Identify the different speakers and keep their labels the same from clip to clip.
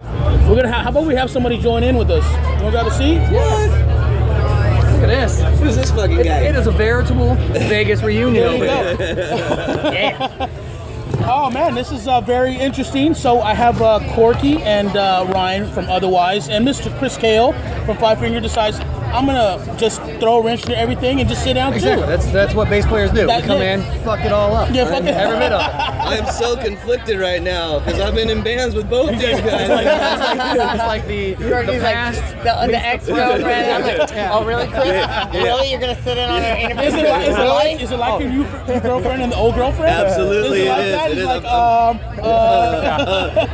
Speaker 1: We're gonna. Ha- how about we have somebody join in with us? You wanna grab a seat?
Speaker 2: Look at this.
Speaker 3: Who's this fucking guy?
Speaker 2: It is a veritable Vegas reunion
Speaker 1: There you
Speaker 2: over here.
Speaker 1: go. Oh man, this is uh, very interesting. So I have uh, Corky and uh, Ryan from Otherwise, and Mr. Chris Kale from Five Finger decides I'm gonna just throw a wrench into everything and just sit down
Speaker 2: Exactly.
Speaker 1: too.
Speaker 2: That's that's what bass players do.
Speaker 1: That-
Speaker 2: we come in, fuck it all up.
Speaker 1: Yeah, fuck it.
Speaker 2: Every bit of it.
Speaker 3: I'm so conflicted right now because I've been in bands with both these guys.
Speaker 2: It's like, it's like the, the
Speaker 4: He's like,
Speaker 2: past.
Speaker 4: the, the ex-girlfriend. I'm like,
Speaker 2: Yeah.
Speaker 4: oh really, Chris? Really, you're gonna sit in on our interview?
Speaker 1: Is it like, is it like,
Speaker 4: really?
Speaker 1: is it like your new your girlfriend and the old girlfriend?
Speaker 3: Absolutely
Speaker 1: is it
Speaker 3: it
Speaker 1: like
Speaker 3: is.
Speaker 1: that?
Speaker 3: It
Speaker 1: It's
Speaker 3: is.
Speaker 1: like, um, uh,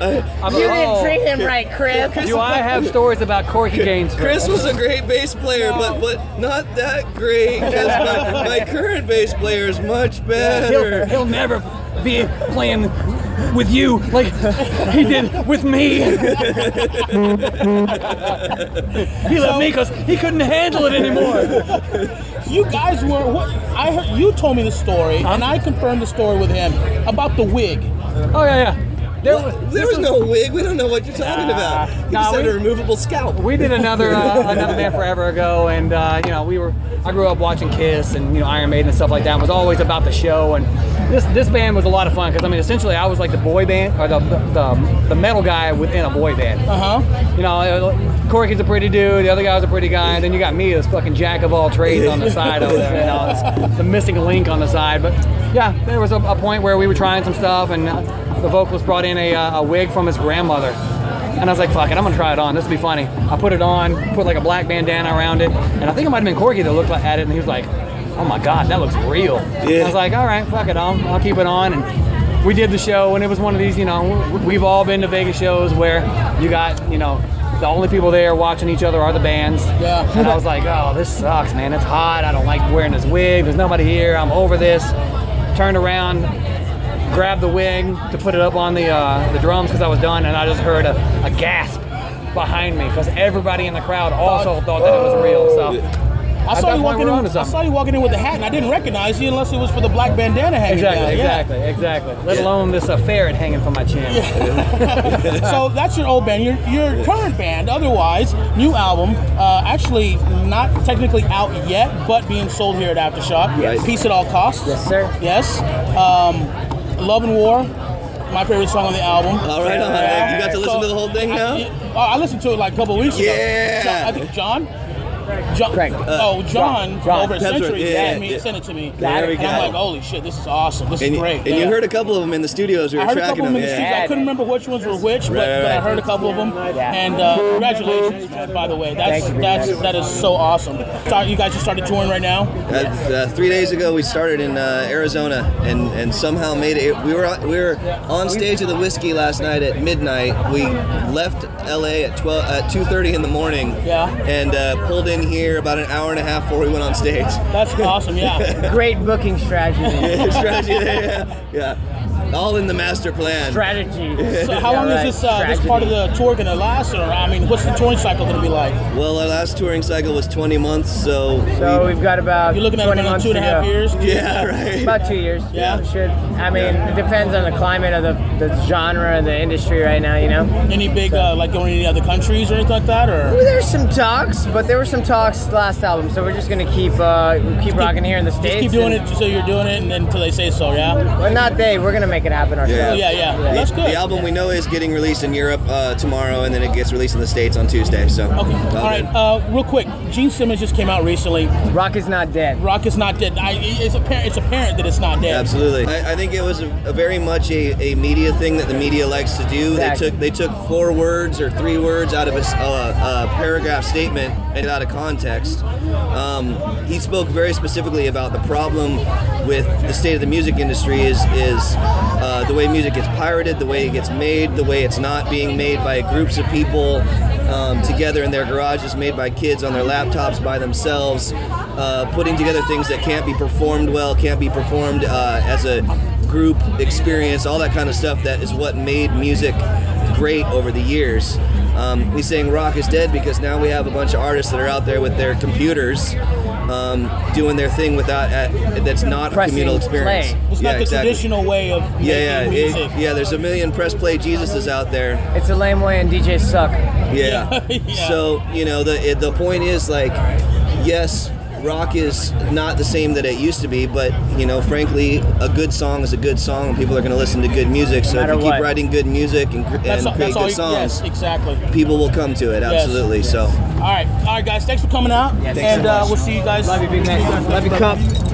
Speaker 2: I'm
Speaker 4: you
Speaker 2: like,
Speaker 4: didn't
Speaker 2: oh,
Speaker 4: treat him right, Chris.
Speaker 2: Do I have stories about Corky Gaines?
Speaker 3: Chris was a great bass player, but but not that great because my, my current bass player is much
Speaker 2: He'll,
Speaker 3: better.
Speaker 2: he'll never be playing with you like he did with me. he left me because he couldn't handle it anymore.
Speaker 1: you guys were. What, I heard you told me the story, and I confirmed the story with him about the wig.
Speaker 2: Oh yeah, yeah. There,
Speaker 3: What? There was no wig. We don't know what you're talking about. He
Speaker 2: nah,
Speaker 3: just had
Speaker 2: we-
Speaker 3: a removable scalp.
Speaker 2: We did another uh, another band forever ago, and uh, you know we were. I grew up watching Kiss and you know Iron Maiden and stuff like that. It was always about the show, and this this band was a lot of fun because I mean essentially I was like the boy band or the the, the, the metal guy within a boy band.
Speaker 1: Uh huh.
Speaker 2: You know, uh, Corky's a pretty dude. The other guy was a pretty guy. And then you got me, this fucking jack of all trades on the side over there. You know, it's the missing link on the side. But yeah, there was a, a point where we were trying some stuff, and uh, the vocalist brought in a, uh, a wig from his grandmother. And I was like, fuck it, I'm gonna try it on. This will be funny. I put it on, put like a black bandana around it, and I think it might have been Corky that looked like, at it, and he was like, oh my god, that looks real. I was like, all right, fuck it, I'll, I'll keep it on. And we did the show and it was one of these you know we've all been to vegas shows where you got you know the only people there watching each other are the bands
Speaker 1: Yeah.
Speaker 2: and i was like oh this sucks man it's hot i don't like wearing this wig there's nobody here i'm over this turned around grabbed the wig to put it up on the uh, the drums because i was done and i just heard a, a gasp behind me because everybody in the crowd also thought that it was real so
Speaker 1: I
Speaker 2: At
Speaker 1: saw
Speaker 2: that
Speaker 1: you
Speaker 2: point,
Speaker 1: walking
Speaker 2: we're
Speaker 1: in.
Speaker 2: onto
Speaker 1: I
Speaker 2: something.
Speaker 1: saw you walking in with a hat, and I didn't recognize you unless it was for the black bandana hanging down.
Speaker 2: exactly
Speaker 1: Yeah.
Speaker 2: exactly exactly let alone this uh, ferret hanging from my chin
Speaker 1: So that's your old band. Your, your current band, otherwise, new album, uh, actually not technically out yet, but being sold here at Aftershock.
Speaker 3: Yes.
Speaker 1: Peace at all costs.
Speaker 2: Yes, sir.
Speaker 1: Yes. Um, Love and War, my favorite song on the album.
Speaker 3: All right, all right. You got to listen to the whole thing now?
Speaker 1: I, oh, I listened to it like a couple weeks
Speaker 3: Yeah. Uh,
Speaker 1: ago. So I think John. John,
Speaker 2: Craig.
Speaker 1: oh, John,
Speaker 2: John.
Speaker 1: over at
Speaker 3: That's right.
Speaker 1: Century
Speaker 3: Yeah,
Speaker 1: sent, me,
Speaker 3: yeah.
Speaker 1: sent it to me.
Speaker 3: There we
Speaker 1: and I'm
Speaker 3: go.
Speaker 1: like, holy shit, this is awesome. This
Speaker 3: And,
Speaker 1: is
Speaker 3: you-
Speaker 1: great.
Speaker 3: and you
Speaker 1: Yeah.
Speaker 3: heard a couple of them in the studios. We were
Speaker 1: I heard a
Speaker 3: tracking
Speaker 1: couple of them
Speaker 3: them.
Speaker 1: in the
Speaker 3: yeah.
Speaker 1: studio. I couldn't remember which ones were which, but,
Speaker 3: Right,
Speaker 1: but I
Speaker 3: right.
Speaker 1: heard a couple of them. And uh, congratulations, man, by the way. That's that's that is so awesome. Start, you guys just started touring right now.
Speaker 3: Uh, uh, three days ago, we started in uh, Arizona, and, and somehow made it. We were we were on stage at the whiskey last night at midnight. We left LA at twelve at two thirty in the morning.
Speaker 1: Yeah.
Speaker 3: And uh, pulled in here about an hour and a half before we went on stage.
Speaker 1: That's awesome. Yeah.
Speaker 4: Great booking strategy.
Speaker 3: Strategy there, yeah. yeah. All in the master plan.
Speaker 4: strategy.
Speaker 1: So how long
Speaker 4: Yeah, right.
Speaker 1: is this uh, this
Speaker 4: Tragedy.
Speaker 1: part of the tour gonna last? Or I mean, what's the touring cycle gonna be like?
Speaker 3: well, our last touring cycle was 20 months, so.
Speaker 4: So we've got about
Speaker 1: You're looking at
Speaker 4: 20
Speaker 1: about
Speaker 4: months
Speaker 1: two and a
Speaker 4: to
Speaker 1: half
Speaker 4: go.
Speaker 1: years.
Speaker 3: we, yeah, right.
Speaker 4: About two years.
Speaker 1: Yeah.
Speaker 4: Should I mean it depends on the climate of the, the genre of the industry right now, you know.
Speaker 1: Any big uh, like going to any other countries or anything like that? Or
Speaker 4: Well, There's some talks, but there were some talks last album, so we're just gonna keep uh, keep rocking here in the
Speaker 1: just
Speaker 4: states.
Speaker 1: keep doing
Speaker 4: and-
Speaker 1: it so you're doing it, and then until they say so. Yeah.
Speaker 4: Well, not they. We're gonna make it happen ourselves.
Speaker 1: Yeah, yeah.
Speaker 3: The-
Speaker 1: That's good.
Speaker 3: The album we know is getting released in Europe uh, tomorrow, and then it gets released in the States on Tuesday. So.
Speaker 1: Okay. All right. Uh, real quick, Gene Simmons just came out recently.
Speaker 4: Rock is not dead.
Speaker 1: Rock is not dead. I, it's apparent. It's apparent that it's not dead.
Speaker 3: Absolutely. I, I think it was a, a very much a, a media thing that the media likes to do.
Speaker 4: Exactly.
Speaker 3: They took they took four words or three words out of a, s- uh, a paragraph statement and out of context. Um, he spoke very specifically about the problem with the state of the music industry is is uh, the way music gets pirated, the way it gets made, the way it's not being made by groups of people. Um, together in their garages, made by kids on their laptops by themselves, uh, putting together things that can't be performed well, can't be performed uh, as a group experience, all that kind of stuff that is what made music great over the years. Um, he's saying rock is dead because now we have a bunch of artists that are out there with their computers um, doing their thing without at, that's not a
Speaker 4: Pressing
Speaker 3: communal experience.
Speaker 4: play.
Speaker 1: It's
Speaker 3: yeah,
Speaker 1: not the
Speaker 3: exactly.
Speaker 1: traditional way of making
Speaker 3: Yeah, yeah,
Speaker 1: music.
Speaker 3: it- yeah. There's a million press play Jesuses out there.
Speaker 4: It's a lame way, and DJs suck.
Speaker 3: Yeah.
Speaker 1: Yeah.
Speaker 3: So you know the it, the point is like, yes, rock is not the same that it used to be, but you know, frankly, a good song is a good song, and people are going to listen to good music. So if
Speaker 4: matter
Speaker 3: you keep
Speaker 4: what.
Speaker 3: writing good music and, cr-
Speaker 1: That's,
Speaker 3: and
Speaker 1: all-
Speaker 3: create
Speaker 1: that's all.
Speaker 3: good
Speaker 1: You, yes,
Speaker 3: songs,
Speaker 1: exactly.
Speaker 3: people will come to it. Absolutely. So.
Speaker 1: All right, all right, guys. Thanks for coming out,
Speaker 4: thanks
Speaker 1: and
Speaker 4: so
Speaker 1: uh,
Speaker 4: much.
Speaker 1: we'll see you guys.
Speaker 4: Love you, Big Mac. Love you, Cup.